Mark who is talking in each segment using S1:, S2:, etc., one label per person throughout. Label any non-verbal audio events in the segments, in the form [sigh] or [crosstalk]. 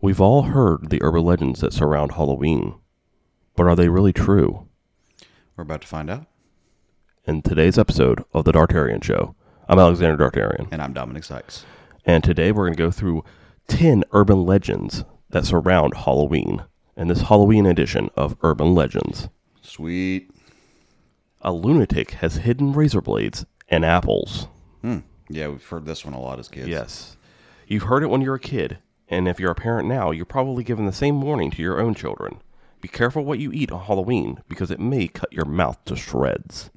S1: We've all heard the urban legends that surround Halloween, but are they really true?
S2: We're about to find out.
S1: In today's episode of The Dartarian Show, I'm Alexander Dartarian,
S2: And I'm Dominic Sykes.
S1: and today we're going to go through 10 urban legends that surround Halloween in this Halloween edition of Urban Legends.
S2: Sweet.
S1: A lunatic has hidden razor blades and apples.
S2: Hmm. Yeah, we've heard this one a lot as kids.
S1: Yes. You've heard it when you're a kid, and if you're a parent now, you're probably giving the same warning to your own children. Be careful what you eat on Halloween because it may cut your mouth to shreds.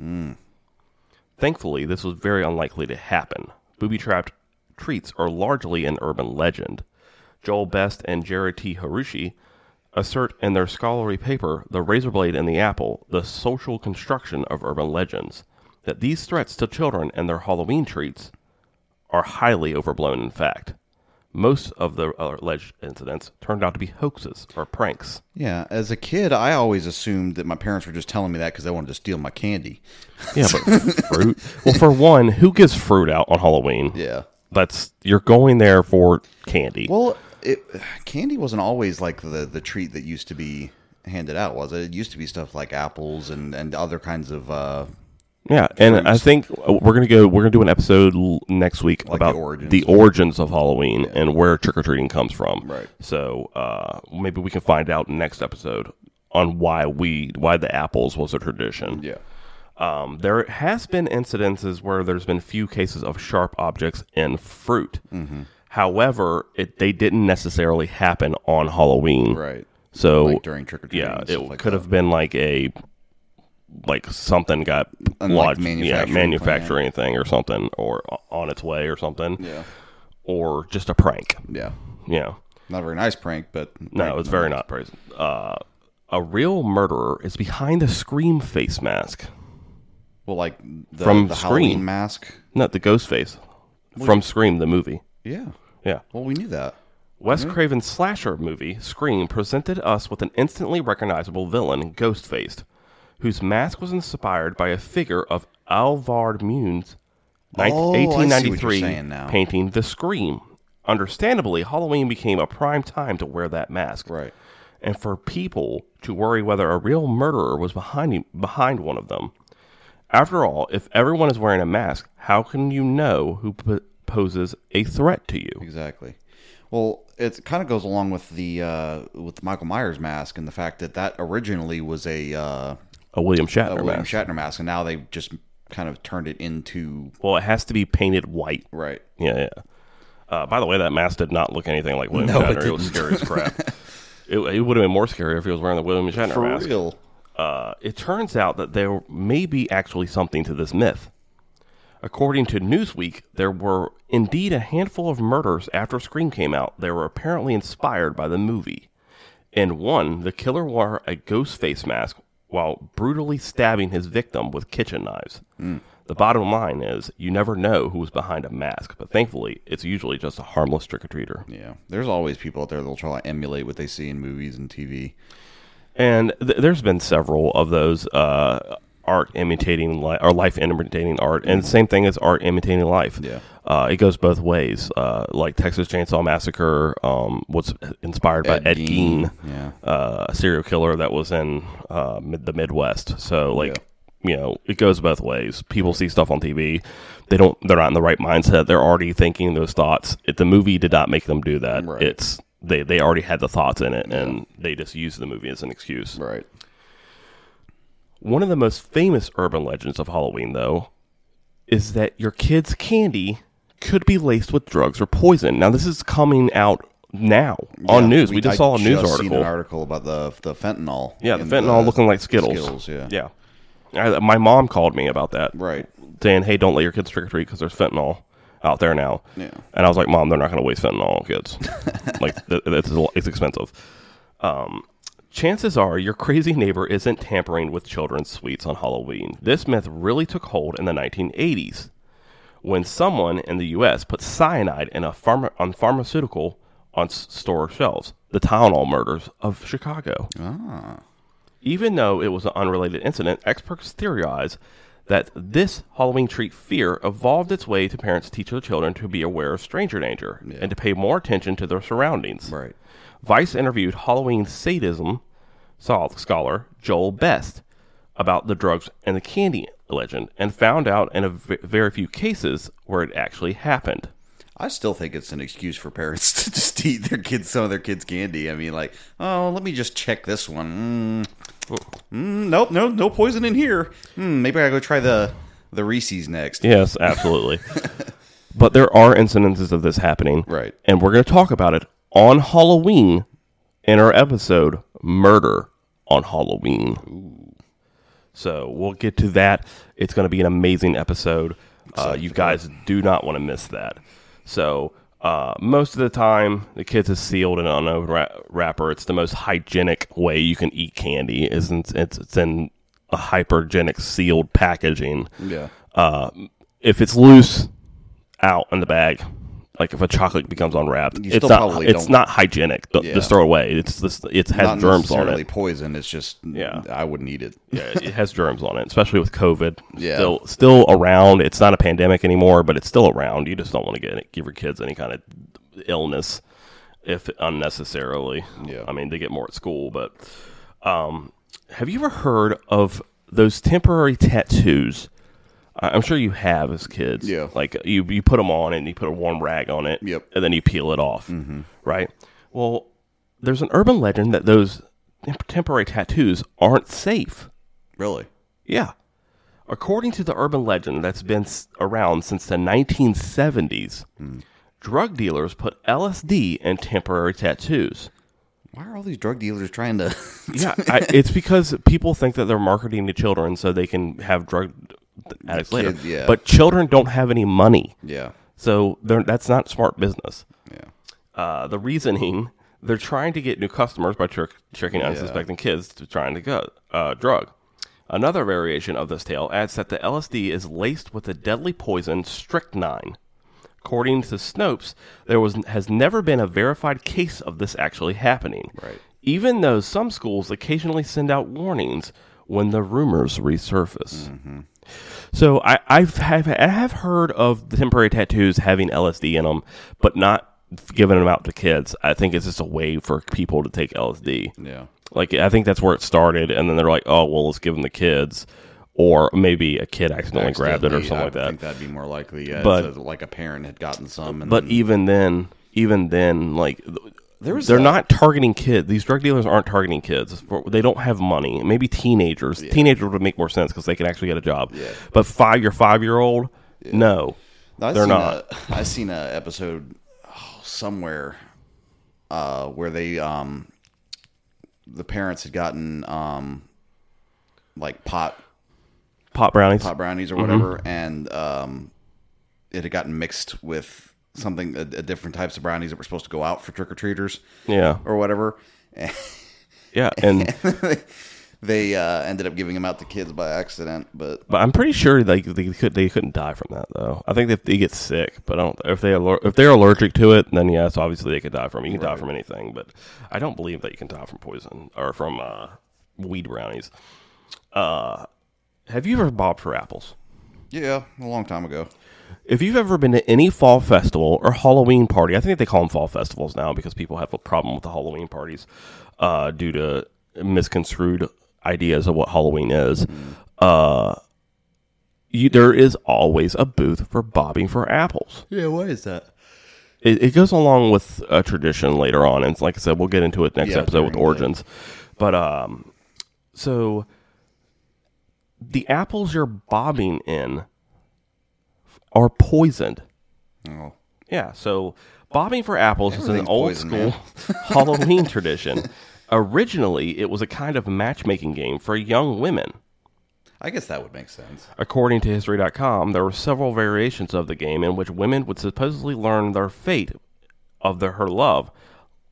S1: Thankfully, this was very unlikely to happen. Booby trapped treats are largely an urban legend. Joel Best and Jared T. Harushi assert in their scholarly paper, The Razor Blade and the Apple The Social Construction of Urban Legends, that these threats to children and their Halloween treats are highly overblown, in fact. Most of the alleged incidents turned out to be hoaxes or pranks.
S2: Yeah. As a kid, I always assumed that my parents were just telling me that because they wanted to steal my candy.
S1: [laughs] Yeah, [laughs] but fruit. Well, for one, who gives fruit out on Halloween?
S2: Yeah.
S1: That's you're going there for candy.
S2: Well, it, candy wasn't always like the, the treat that used to be handed out, was it? It used to be stuff like apples and, and other kinds of uh,
S1: yeah, and I think uh, we're gonna go. We're gonna do an episode l- next week about
S2: the origins.
S1: the origins of Halloween and where trick or treating comes from.
S2: Right.
S1: So uh, maybe we can find out next episode on why we why the apples was a tradition.
S2: yeah.
S1: Um, there has been incidences where there's been few cases of sharp objects in fruit.
S2: Mm-hmm.
S1: However, it, they didn't necessarily happen on Halloween.
S2: Right.
S1: So
S2: Like during trick or treating.
S1: yeah,
S2: and
S1: it
S2: stuff like
S1: could
S2: that.
S1: have been like a like something got
S2: Unlike
S1: lodged,
S2: manufacturing
S1: yeah, manufacturing thing or something, or on its way or something,
S2: Yeah.
S1: or just a prank.
S2: Yeah.
S1: Yeah.
S2: Not a very nice prank, but.
S1: No, it's very not praised. Uh, a real murderer is behind the scream face mask.
S2: Well, like the,
S1: From
S2: the
S1: Scream.
S2: Halloween mask.
S1: Not the ghost face from Scream, the movie.
S2: Yeah. Mm-hmm.
S1: Yeah.
S2: Well, we knew that.
S1: Wes Craven's slasher movie, Scream, presented us with an instantly recognizable villain, Ghostfaced, whose mask was inspired by a figure of Alvard Mune's nine-
S2: Oh, I see what you're
S1: 1893
S2: saying now.
S1: painting The Scream. Understandably, Halloween became a prime time to wear that mask,
S2: Right.
S1: and for people to worry whether a real murderer was behind, him- behind one of them. After all, if everyone is wearing a mask, how can you know who p- poses a threat to you?
S2: Exactly. Well, it kind of goes along with the uh, with Michael Myers mask and the fact that that originally was a, uh,
S1: A William
S2: a
S1: Shatner
S2: William
S1: mask.
S2: Shatner mask, and now they've just kind of turned it into
S1: Well, it has to be painted white.
S2: right.
S1: Yeah, yeah. Uh, by the way, that mask did not look anything like William
S2: No, it
S1: Shatner. It, was scary as crap. [laughs] It, it would have been more scary if he was wearing the William Shatner
S2: For
S1: mask.
S2: real.
S1: Uh, it turns out that there may be actually something to this myth. According to Newsweek, there were indeed a handful of murders after Scream came out. They were apparently inspired by the movie. In one, the killer wore a ghost face mask while brutally stabbing his victim with kitchen knives. The bottom line is, you never know who was behind a mask, but thankfully, it's usually just a harmless trick or treater.
S2: Yeah. There's always people out there that'll try to emulate what they see in movies and TV.
S1: And th- there's been several of those uh, art imitating li- or life imitating art, and same thing as art imitating life.
S2: Yeah.
S1: uh, it goes both ways. Uh, like Texas Chainsaw Massacre um, was inspired by Uh, Ed Gein,
S2: Yeah.
S1: uh, a serial killer that was in uh, mid- the Midwest. So like. You know, it goes both ways. People see stuff on TV; they don't. They're not in the right mindset. They're already thinking those thoughts. It, the movie did not make them do that.
S2: Right.
S1: It's they. They already had the thoughts in it, and they just used the movie as an excuse.
S2: Right.
S1: One of the most famous urban legends of Halloween, though, is that your kid's candy could be laced with drugs or poison. Now, this is coming out now on news. We, just
S2: I
S1: saw a news
S2: just
S1: article.
S2: Seen an article about the the fentanyl.
S1: yeah, the
S2: in
S1: fentanyl looking like Skittles.
S2: Skittles, yeah.
S1: yeah. I, my mom called me about that,
S2: Right.
S1: saying, "Hey, don't let your kids trick or treat because there's fentanyl out there now."
S2: Yeah.
S1: And I was like, "Mom, they're not going to waste fentanyl on
S2: [laughs]
S1: kids. like, th- that's a lo- it's expensive." Um, chances are your crazy neighbor isn't tampering with children's sweets on Halloween. This myth really took hold in the 1980s when someone in the U.S. put cyanide in a pharma- on pharmaceutical on s- store shelves. The Tylenol murders of Chicago.
S2: Ah.
S1: Even though it was an unrelated incident, experts theorize that this Halloween treat fear evolved its way to parents teach their children to be aware of stranger danger and to pay more attention to their surroundings.
S2: Right.
S1: Vice interviewed Halloween sadism sol- scholar Joel Best about the drugs and the candy legend and found out in a v- very few cases where it actually happened.
S2: I still think it's an excuse for parents [laughs] to just eat their kids some of their kids' candy. I mean, like, oh, let me just check this one. Mm, mm, nope, no, no poison in here. Hmm, maybe I go try the the Reese's next.
S1: Yes, absolutely. but there are incidences of this happening.
S2: Right.
S1: And we're going to talk about it on Halloween in our episode Murder on Halloween. So we'll get to that. It's going to be an amazing episode. Uh, you guys do not want to miss that. So. Uh, most of the time, the kids is sealed in an unopened wra- wrapper. It's the most hygienic way you can eat candy. Is in- it's it's in a hypergenic sealed packaging
S2: Yeah.
S1: uh, if it's loose out in the bag, like if a chocolate becomes unwrapped,
S2: You
S1: it's
S2: still
S1: not
S2: probably
S1: it's
S2: don't-
S1: not hygienic. Don't- Just
S2: Yeah.
S1: throw it away. It's this it has
S2: Not
S1: germs on
S2: necessarily
S1: it.
S2: poison. It's just,
S1: Yeah.
S2: I wouldn't eat it.
S1: yeah, it has germs on it, especially with COVID.
S2: Yeah.
S1: Still still around. It's not a pandemic anymore, but it's still around. You just don't want to get give your kids any kind of illness if unnecessarily.
S2: Yeah.
S1: I mean, they get more at school, but um, have you ever heard of those temporary tattoos? I- I'm sure you have as kids.
S2: Yeah.
S1: Like you, you put them on and you put a warm rag on it.
S2: Yep. Mm-hmm.
S1: And then you peel it off. Right. Well, there's an urban legend that those temp- temporary tattoos aren't safe.
S2: Really?
S1: Yeah. According to the urban legend that's been s- around since the 1970s,
S2: Hmm.
S1: drug dealers put LSD in temporary tattoos.
S2: Why are all these drug dealers trying to? [laughs]
S1: Yeah, [laughs] I, it's because people think that they're marketing to children so they can have drug addicts later.
S2: kids, yeah.
S1: But children don't have any money,
S2: yeah.
S1: so they're, that's not smart business.
S2: Yeah.
S1: Uh, the reasoning they're trying to get new customers by trick, tricking unsuspecting kids to trying to go uh, drug. Another variation of this tale adds that the LSD is laced with the deadly poison strychnine. According to Snopes, there was has never been a verified case of this actually happening.
S2: Right.
S1: Even though some schools occasionally send out warnings when the rumors resurface. So I I've have, I have heard of the temporary tattoos having LSD in them, but not giving them out to kids. I think it's just a way for people to take LSD.
S2: Yeah.
S1: Like I think that's where it started, and then they're like, oh well, let's give them the kids, or maybe a kid accidentally, grabbed it or
S2: Accidentally,
S1: something
S2: I
S1: like
S2: would
S1: that.
S2: think that'd be more likely. Yeah,
S1: But-
S2: but like a parent had gotten some, and
S1: But even then, even then, like
S2: Mm-hmm. There is
S1: they're
S2: a-
S1: not targeting kids. These drug dealers aren't targeting kids. They don't have money. Maybe teenagers. Teenagers would make more sense because they can actually get a job.
S2: Yeah.
S1: But five, your five year old, no,
S2: [laughs] I've
S1: they're
S2: seen
S1: not.
S2: A, I seen a episode oh, somewhere uh, where they um, the parents had gotten um, like pot
S1: Pop brownies.
S2: pot brownies or whatever, and um, it had gotten mixed with something uh, different types of brownies that were supposed to go out for trick or treaters
S1: Yeah,
S2: or whatever.
S1: yeah, and
S2: They uh, ended up giving them out to kids by accident, but
S1: but I'm pretty sure they they could they couldn't die from that though. I think that they get sick, but I don't if they aller- if they're allergic to it, then yes, obviously they could die from it. You can die from anything, but I don't believe that you can die from poison or from uh, weed brownies. Uh, have you ever bobbed for apples?
S2: yeah, a long time ago.
S1: If you've ever been to any fall festival or Halloween party, I think they call them fall festivals now because people have a problem with the Halloween parties uh, due to misconstrued ideas of what Halloween is.
S2: Mm-hmm.
S1: Uh, you, there is always a booth for bobbing for apples.
S2: Yeah, what is that?
S1: It, it goes along with a tradition later on, and it's like I said, we'll get into it next
S2: Yeah,
S1: episode with
S2: during the-
S1: origins. But um, so the apples you're bobbing in are poisoned.
S2: Oh,
S1: Yeah, so bobbing for apples is an
S2: Everything's
S1: old
S2: poison,
S1: school [laughs] Halloween tradition. Originally, it was a kind of matchmaking game for young women.
S2: I guess that would make sense.
S1: According to History.com, there were several variations of the game in which women would supposedly learn their fate of their, her love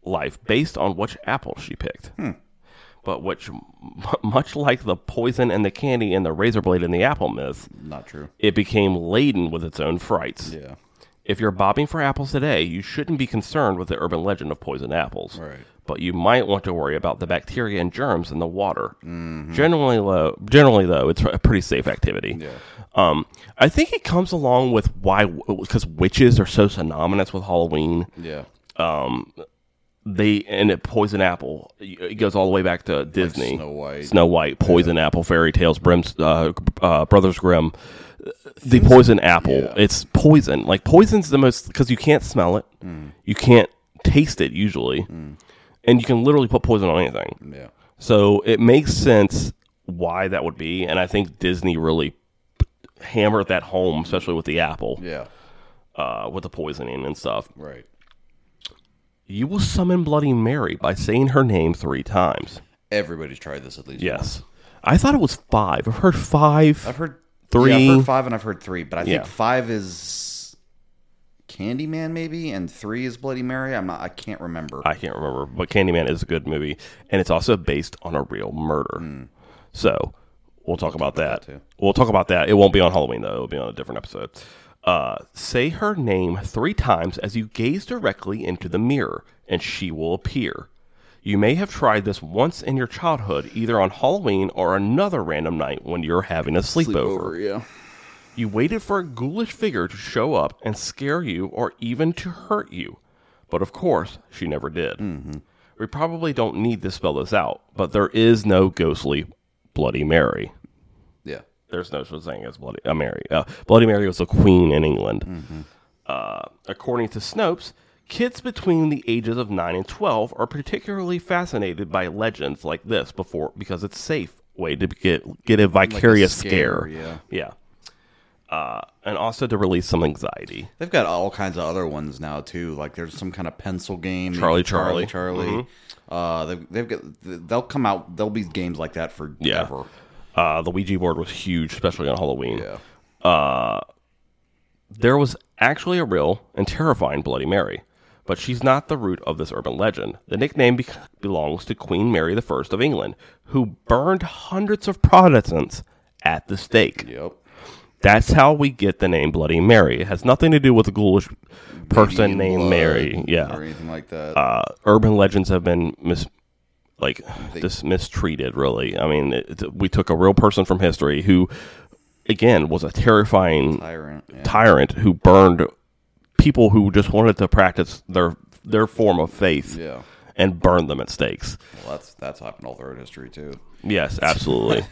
S1: life based on which apple she picked.
S2: Hmm.
S1: But which, m- [laughs] much like the poison and the candy and the razor blade and the apple myth,
S2: Not true.
S1: it became laden with its own frights.
S2: Yeah.
S1: If you're bobbing for apples today, you shouldn't be concerned with the urban legend of poison apples.
S2: Right.
S1: But you might want to worry about the bacteria and germs in the water.
S2: Mm-hmm.
S1: Generally, low, generally though, it's a pretty safe activity.
S2: Yeah.
S1: Um, I think it comes along with why because witches are so synonymous with Halloween.
S2: Yeah.
S1: They and it poison apple. It goes all the way back to Disney.
S2: Snow White.
S1: Snow White, Poison Apple, Fairy Tales, Brim's, uh, uh, Brothers Grimm. The poison apple. It's poison. Like poison's the most because you can't smell it, you can't taste it usually, and you can literally put poison on anything.
S2: Yeah.
S1: So it makes sense why that would be, and I think Disney really p- hammered that home, especially with the apple,
S2: Yeah.
S1: uh, with the poisoning and stuff.
S2: Right.
S1: You will summon Bloody Mary by saying her name three times.
S2: Everybody's tried this at least. once.
S1: Yes. I thought it was five. I've heard five.
S2: I've heard
S1: Three.
S2: Yeah, I've heard five, and I've heard three, but I
S1: Yeah.
S2: think five is Candyman, maybe, and three is Bloody Mary. I'm not. I can't remember.
S1: I can't remember, but Candyman is a good movie, and it's also based on a real murder. So Hmm. we'll talk about that.
S2: too.
S1: we'll talk about that. It won't be on Halloween though; it'll be on a different episode. Uh, say her name three times as you gaze directly into the mirror, and she will appear. You may have tried this once in your childhood, either on Halloween or another random night when you're having a sleepover.
S2: yeah.
S1: You waited for a ghoulish figure to show up and scare you or even to hurt you. But of course, she never did. We probably don't need to spell this out, but there is no ghostly Bloody Mary.
S2: Yeah.
S1: There's no such thing as Bloody uh, Mary. Uh, Bloody Mary was a queen in England. Uh, according to Snopes, kids between the ages of 9 and 12 are particularly fascinated by legends like this before because it's safe way to get get a vicarious scare.
S2: Yeah.
S1: Yeah. Uh, and also to release some anxiety.
S2: They've got all kinds of other ones now too. Like there's some kind of pencil game,
S1: Charlie, Charlie. Mm-hmm.
S2: Charlie. Uh, they've, they've got they'll come out. There'll be games like that for
S1: Yeah.
S2: ever.
S1: Uh, the Ouija board was huge, especially on Halloween.
S2: Yeah,
S1: There was actually a real and terrifying Bloody Mary, but she's not the root of this urban legend. The nickname bec belongs to Queen Mary I of England, who burned hundreds of Protestants at the stake.
S2: yep.
S1: That's how we get the name Bloody Mary. It has nothing to do with a ghoulish person
S2: Indian
S1: named
S2: blood
S1: Mary. Yeah.
S2: or anything like that.
S1: uh, urban legends have been mis like dis- mistreated really i mean it, it- we took a real person from history who again was a terrifying
S2: Tyrant. Yeah.
S1: tyrant who burned people who just wanted to practice their their form of faith
S2: yeah.
S1: and burned them at stakes
S2: Well, that's that's happened all throughout history too.
S1: yes
S2: [laughs]
S1: absolutely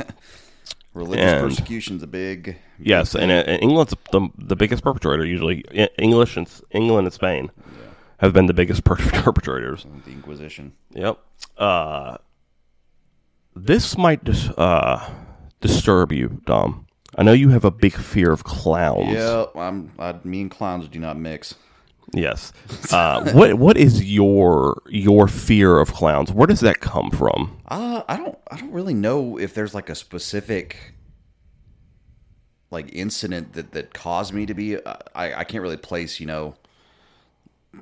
S2: Religious
S1: And-
S2: persecution's a big.
S1: Yes, and, uh, and England's the, the biggest perpetrator. Usually, E- English and S- England and Spain have been the biggest [laughs] per- perpetrators.
S2: The Inquisition.
S1: Yep. Uh, this might dis- uh, disturb you, Dom. I know you have a big fear of clowns.
S2: Yeah, I'm. I mean, clowns do not mix.
S1: Yes. Uh, what What is your your fear of clowns? Where does that come from?
S2: Uh, I don't. I don't really know if there's like a specific like incident that that caused me to be. uh, I I can't really place. You know,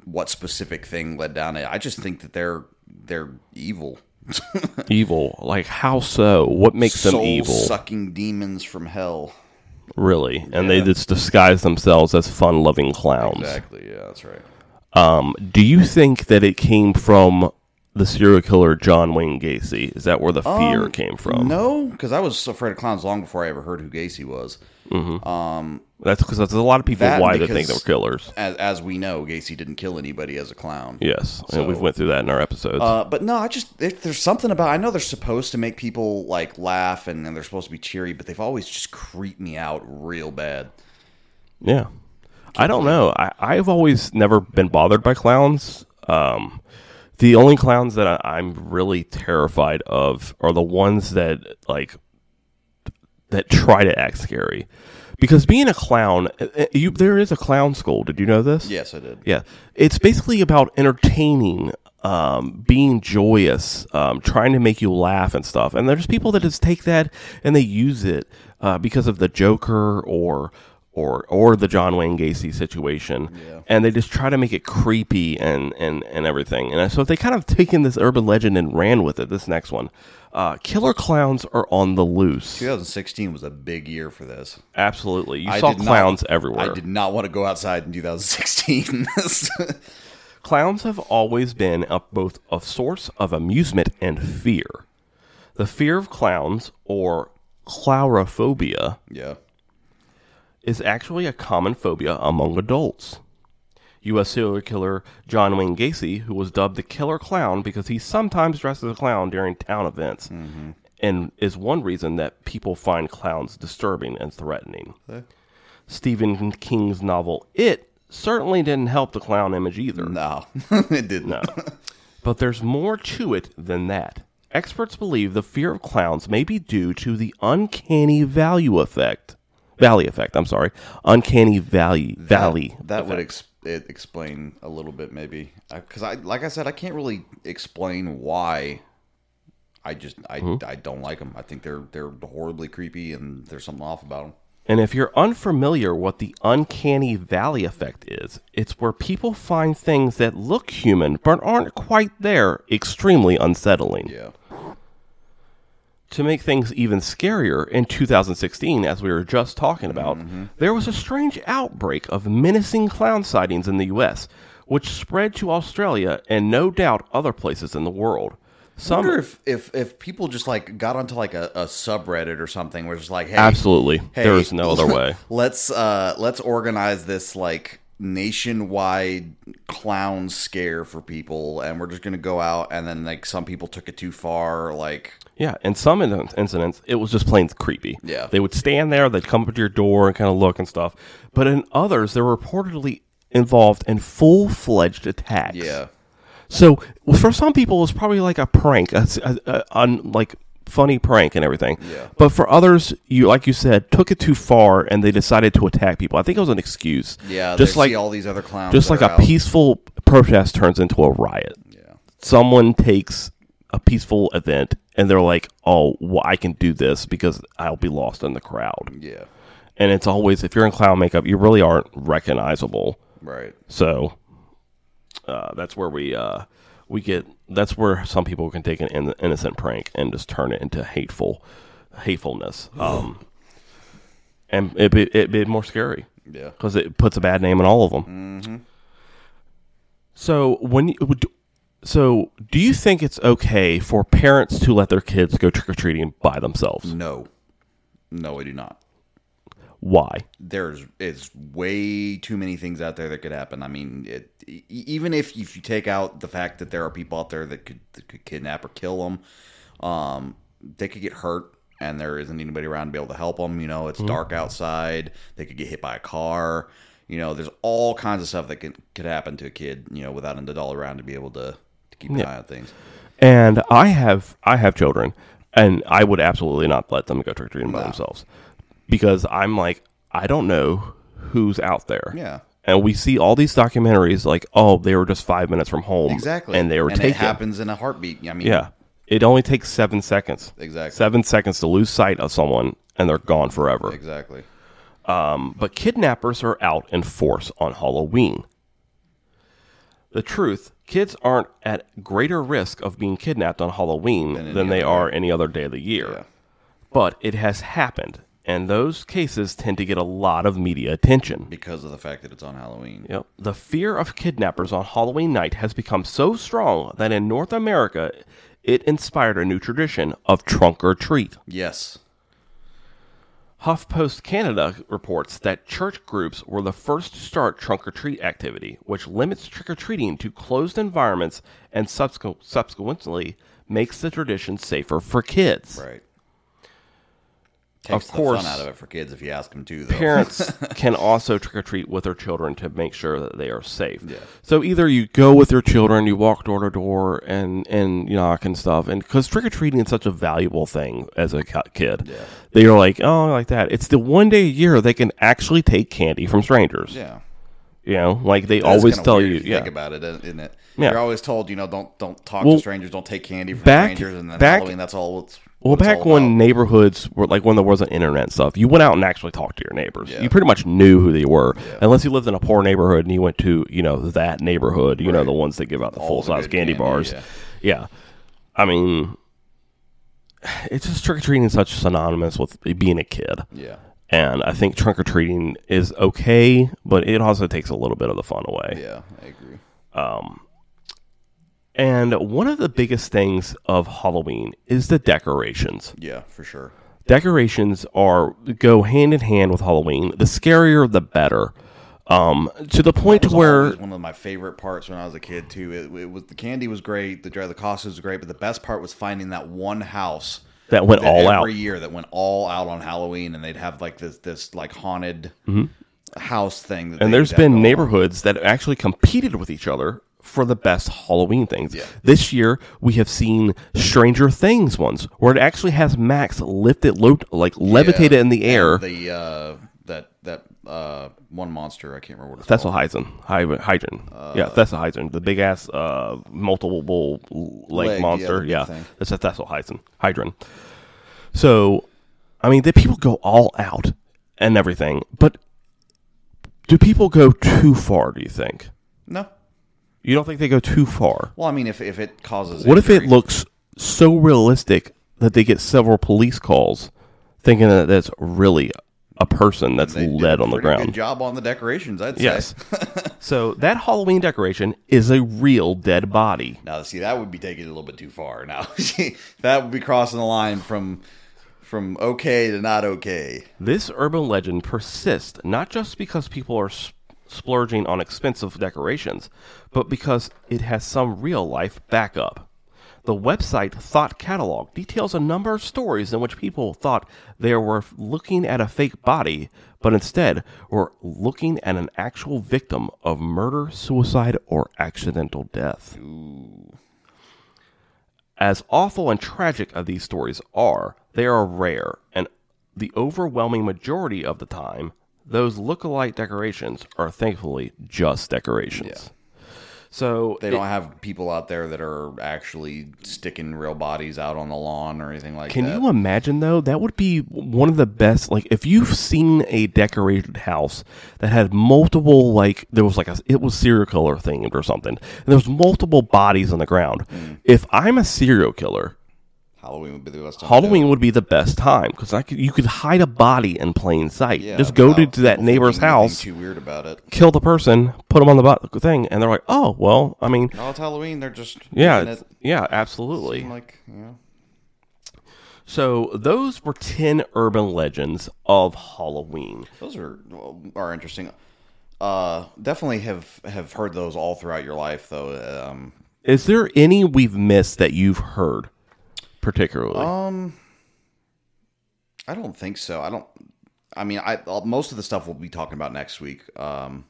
S2: what specific thing led down it. I just think that they're they're evil.
S1: Evil. Like how so? What makes
S2: [laughs]
S1: them evil?
S2: sucking demons from hell.
S1: Really? And they just disguise themselves as fun loving clowns.
S2: [laughs] Exactly. Yeah, that's right.
S1: Um, do you think that it came from the serial killer John Wayne Gacy? Is that where
S2: Um,
S1: the fear came from?
S2: No, because I was afraid of clowns long before I ever heard who Gacy was.
S1: That's because there's a lot of people
S2: That
S1: why they
S2: because-
S1: think they were killers.
S2: As as we know, Gacy didn't kill anybody as a clown.
S1: Yes, and we've went through that in our episodes.
S2: Uh, but no, I just there, there's something about. I know they're supposed to make people like laugh and, and they're supposed to be cheery, but they've always just creeped me out real bad.
S1: yeah, I don't know. I, I've always never been bothered by clowns. Um, the only clowns that I, I'm really terrified of are the ones that like that try to act scary, because being a clown, eh, eh, you, there is a clown school. Did you know this?
S2: Yes, I did.
S1: Yeah, it's basically about entertaining, um, being joyous, um, trying to make you laugh and stuff. And there's people that just take that and they use it uh, because of the Joker or or or the John Wayne Gacy situation, and they just try to make it creepy and and and everything. And so they kind of taken this urban legend and ran with it. This next one, uh, killer clowns are on the loose.
S2: 2016 was a big year for this.
S1: Absolutely, you saw clowns
S2: not,
S1: everywhere.
S2: I did not want to go outside in 2016.
S1: Clowns have always been a, both a source of amusement and fear. The fear of clowns, or clowrophobia,
S2: [laughs] yeah.
S1: is actually a common phobia among adults. U.S. serial killer John Wayne Gacy, who was dubbed the Killer Clown because he sometimes dressed as a clown during town events, and is one reason that people find clowns disturbing and threatening. Stephen King's novel It certainly didn't help the clown image either.
S2: No, [laughs] it didn't.
S1: No. but there's more to it than that. Experts believe the fear of clowns may be due to the uncanny value effect. Valley effect, I'm sorry. Uncanny valley valley.
S2: That would ex- it explain a little bit, maybe, because I, like I said, I can't really explain why. I just I, I don't like them. I think they're they're horribly creepy and there's something off about them.
S1: And if you're unfamiliar what the uncanny valley effect is, it's where people find things that look human but aren't quite there, extremely unsettling.
S2: Yeah.
S1: To make things even scarier, in 2016, as we were just talking about,
S2: Mm-hmm.
S1: there was a strange outbreak of menacing clown sightings in the US, which spread to Australia and no doubt other places in the world.
S2: I
S1: Some
S2: wonder if, if if people just like got onto like a, a subreddit or something where it's like hey
S1: absolutely
S2: hey,
S1: there is no other
S2: [laughs]
S1: way.
S2: let's uh let's organize this like nationwide clown scare for people and we're just gonna go out and then like some people took it too far like
S1: Yeah, in some in- incidents, it was just plain creepy.
S2: Yeah.
S1: They would stand there, they'd come up to your door and kind of look and stuff. But in others, they were reportedly involved in full fledged attacks.
S2: yeah
S1: So for some people, it was probably like a prank, a, s- a- a- un- like funny prank and everything.
S2: Yeah.
S1: But for others, you like you said, took it too far and they decided to attack people. I think it was an excuse.
S2: yeah
S1: Just
S2: they
S1: like
S2: see all these other clowns
S1: just
S2: that
S1: like
S2: are
S1: a
S2: out.
S1: peaceful protest turns into a riot.
S2: yeah
S1: Someone takes a peaceful event and they're like, "Oh, well, I can do this because I'll be lost in the crowd."
S2: yeah
S1: And it's always if you're in clown makeup, you really aren't recognizable.
S2: right
S1: So uh, that's where we uh, we get. That's where some people can take an in- innocent prank and just turn it into hateful hatefulness. Um, and it be, it be more scary
S2: yeah
S1: because it puts a bad name on all of them. So when you, would- so do you think it's okay for parents to let their kids go trick or treating by themselves?
S2: no no I do not
S1: Why?
S2: there's it's way too many things out there that could happen. I mean, it, e- even if if you take out the fact that there are people out there that could that could kidnap or kill them, um, they could get hurt, and there isn't anybody around to be able to help them. You know,
S1: Mm-hmm.
S2: it's dark outside. They could get hit by a car. You know, there's all kinds of stuff that could could happen to a kid. You know, without an adult around to be able to, to keep an eye on things.
S1: And I have I have children, and I would absolutely not let them go trick or treating by themselves because I'm like I don't know who's out there.
S2: Yeah.
S1: And we see all these documentaries like, oh, they were just five minutes from home,
S2: Exactly.
S1: and they were
S2: and it
S1: taken.
S2: happens in a heartbeat. I mean,
S1: Yeah, it only takes seven seconds.
S2: Exactly.
S1: seven seconds to lose sight of someone, and they're gone forever.
S2: exactly.
S1: But kidnappers are out in force on Halloween. The truth kids aren't at greater risk of being kidnapped on Halloween than, they are any other day of the year.
S2: Yeah.
S1: But it has happened, and those cases tend to get a lot of media attention.
S2: Because of the fact that it's on Halloween.
S1: Yep. The fear of kidnappers on Halloween night has become so strong that in North America, it inspired a new tradition of trunk or treat.
S2: Yes.
S1: HuffPost Canada reports that church groups were the first to start trunk or treat activity, which limits trick or treating to closed environments and subsequ- subsequently makes the tradition safer for kids.
S2: Right. Takes of
S1: course-
S2: the fun out of it for kids if you ask them to. Though.
S1: Parents can also trick or treat with their children to make sure that they are safe. So either you go with your children, you walk door to door, and and you knock and stuff, and because trick or treating is such a valuable thing as a ki- kid, they are like, oh, I like that. It's the one day a year they can actually take candy from strangers.
S2: yeah,
S1: You know, like they
S2: That's
S1: always
S2: kinda
S1: tell
S2: weird
S1: you,
S2: if
S1: yeah.
S2: Think about it, isn't it?
S1: Yeah.
S2: You're always told, you know, don't don't talk
S1: Well,
S2: to strangers, don't take candy from
S1: back-
S2: strangers, and then
S1: back-
S2: Halloween. That's all. It's,
S1: Well,
S2: what it's
S1: back
S2: all
S1: when
S2: about.
S1: neighborhoods were like when there wasn't internet and stuff, you went out and actually talked to your neighbors.
S2: Yeah.
S1: You pretty much knew who they were, unless you lived in a poor neighborhood and you went to you know that neighborhood. You know
S2: Right.
S1: the ones that give out the
S2: All
S1: full
S2: the
S1: size
S2: good
S1: candy,
S2: candy,
S1: bars.
S2: yeah.
S1: yeah, I mean, it's just trick or treating is such synonymous with being a kid.
S2: yeah,
S1: And I think trick or treating is okay, but it also takes a little bit of the fun away.
S2: yeah, I agree.
S1: And one of the biggest things of Halloween is the decorations.
S2: Yeah, for sure.
S1: Decorations are go hand in hand with Halloween. The scarier, the better. Um, to the point
S2: was
S1: where
S2: always one of my favorite parts when I was a kid too. It, it was the candy was great, the dre- the costumes was great, but the best part was finding that one house
S1: that went
S2: that
S1: all
S2: every
S1: out.
S2: year that went all out on Halloween, and they'd have like this this like haunted house thing. That
S1: Mm-hmm. And
S2: they
S1: there's
S2: would have
S1: been
S2: going on.
S1: neighborhoods that actually competed with each other for the best Halloween things.
S2: Yeah.
S1: This year we have seen Stranger Things ones where it actually has Max lift it, lo- like levitate it in the air.
S2: the uh, that that uh, one monster I can't remember what it's called.
S1: Thesselheisen, Hy- Hydron, yeah,
S2: Uh,
S1: Thesselheisen, the big ass uh, multiple like
S2: Leg, yeah, the
S1: monster,
S2: big
S1: yeah,
S2: thing.
S1: that's a Thesselheisen, Hydron. So, I mean, the people go all out and everything, but do people go too far? Do you think?
S2: No.
S1: You don't think they go too far?
S2: Well, I mean, if if it causes
S1: What if it
S2: injury-
S1: looks so realistic that they get several police calls, thinking that that's really a person that's
S2: they did
S1: led
S2: a
S1: on the
S2: pretty
S1: ground?
S2: Good job on the decorations, I'd say.
S1: Yes. [laughs] so that Halloween decoration is a real dead body.
S2: Now, see, that would be taking it a little bit too far. Now, [laughs] see, that would be crossing the line from from okay to not okay.
S1: This urban legend persists not just because people are s- splurging on expensive decorations, but because it has some real life backup. The website Thought Catalog details a number of stories in which people thought they were looking at a fake body, but instead were looking at an actual victim of murder, suicide, or accidental death. As awful and tragic as these stories are, they are rare, and the overwhelming majority of the time, those look-alike decorations are thankfully just decorations. So
S2: They
S1: it-
S2: don't have people out there that are actually sticking real bodies out on the lawn or anything like
S1: Can
S2: that.
S1: you imagine though? That would be one of the best. Like if you've seen a decorated house that had multiple, like there was like a it was serial killer themed or something, and there was multiple bodies on the ground. If I'm a serial killer,
S2: Halloween would be the best. time to do it.
S1: Halloween would be the best time because I could you could hide a body in plain sight.
S2: Yeah,
S1: Just go to,
S2: without
S1: to that
S2: people
S1: neighbor's
S2: thinking anything
S1: house,
S2: Too weird about it.
S1: kill the person, put them on the bo- thing, and they're like, oh well, I mean,
S2: No, it's Halloween. They're just
S1: yeah,
S2: doing
S1: it's-
S2: it.
S1: yeah, absolutely.
S2: I'm like you know,
S1: So those were 10 urban legends of Halloween.
S2: those are are interesting. Uh, definitely have have heard those all throughout your life though. Um,
S1: Is there any we've missed that you've heard particularly?
S2: Um, I don't think so. I don't. I mean, I I'll, most of the stuff we'll be talking about next week. Um,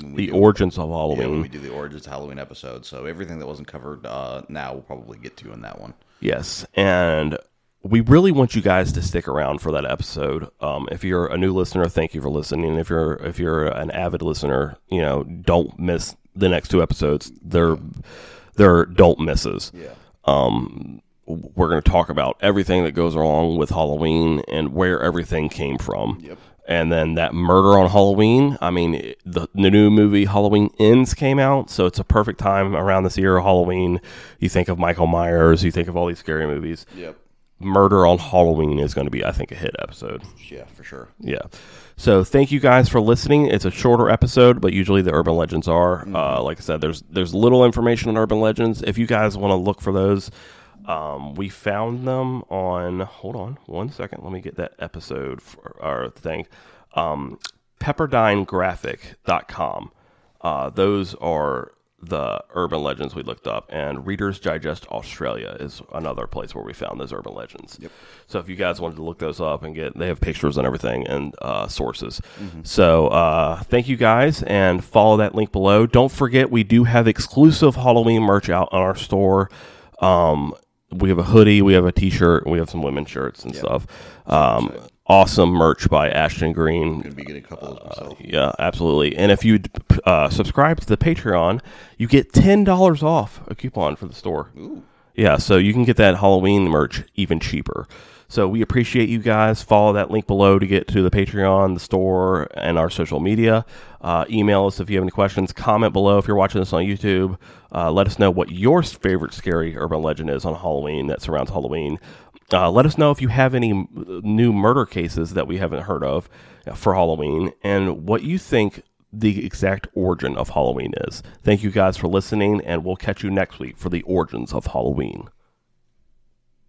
S2: when we
S1: the
S2: do,
S1: origins of
S2: yeah, when
S1: Halloween.
S2: we do the origins of Halloween episode. So everything that wasn't covered uh, now, we'll probably get to in that one.
S1: Yes. And we really want you guys to stick around for that episode. Um, if you're a new listener, thank you for listening. If you're if you're an avid listener, you know, don't miss the next two episodes. They're they're don't misses.
S2: Yeah.
S1: we're going to talk about everything that goes along with Halloween and where everything came from.
S2: Yep.
S1: And then that murder on Halloween. I mean, it- the, the new movie Halloween Ends came out, so it's a perfect time around this year of Halloween. You think of Michael Myers, you think of all these scary movies.
S2: Yep.
S1: Murder on Halloween is going to be, I think, a hit episode.
S2: Yeah, for sure.
S1: Yeah. So thank you guys for listening. It's a shorter episode, but usually the urban legends are. Uh, like I said, there's there's little information on urban legends. If you guys want to look for those, um, we found them on. Hold on one second. Let me get that episode for our thing. Um, PepperdineGraphic.com. Uh, those are the urban legends we looked up, and Reader's Digest Australia is another place where we found those urban legends. So if you guys wanted to look those up and get, they have pictures and everything and uh, sources. So uh, thank you guys, and follow that link below. Don't forget we do have exclusive Halloween merch out on our store. Um, we have a hoodie, we have a t-shirt, and we have some women's shirts and stuff. Um, awesome merch by Ashton Green.
S2: Gonna be getting a couple of myself.
S1: Yeah, absolutely. And if you uh, subscribe to the Patreon, you get ten dollars off a coupon for the store. Yeah, so you can get that Halloween merch even cheaper. So we appreciate you guys. Follow that link below to get to the Patreon, the store, and our social media. Uh, email us if you have any questions. Comment below if you're watching this on YouTube. Uh, let us know what your favorite scary urban legend is on Halloween that surrounds Halloween. Uh, let us know if you have any m- new murder cases that we haven't heard of uh, for Halloween and what you think the exact origin of Halloween is. Thank you guys for listening, and we'll catch you next week for the origins of Halloween.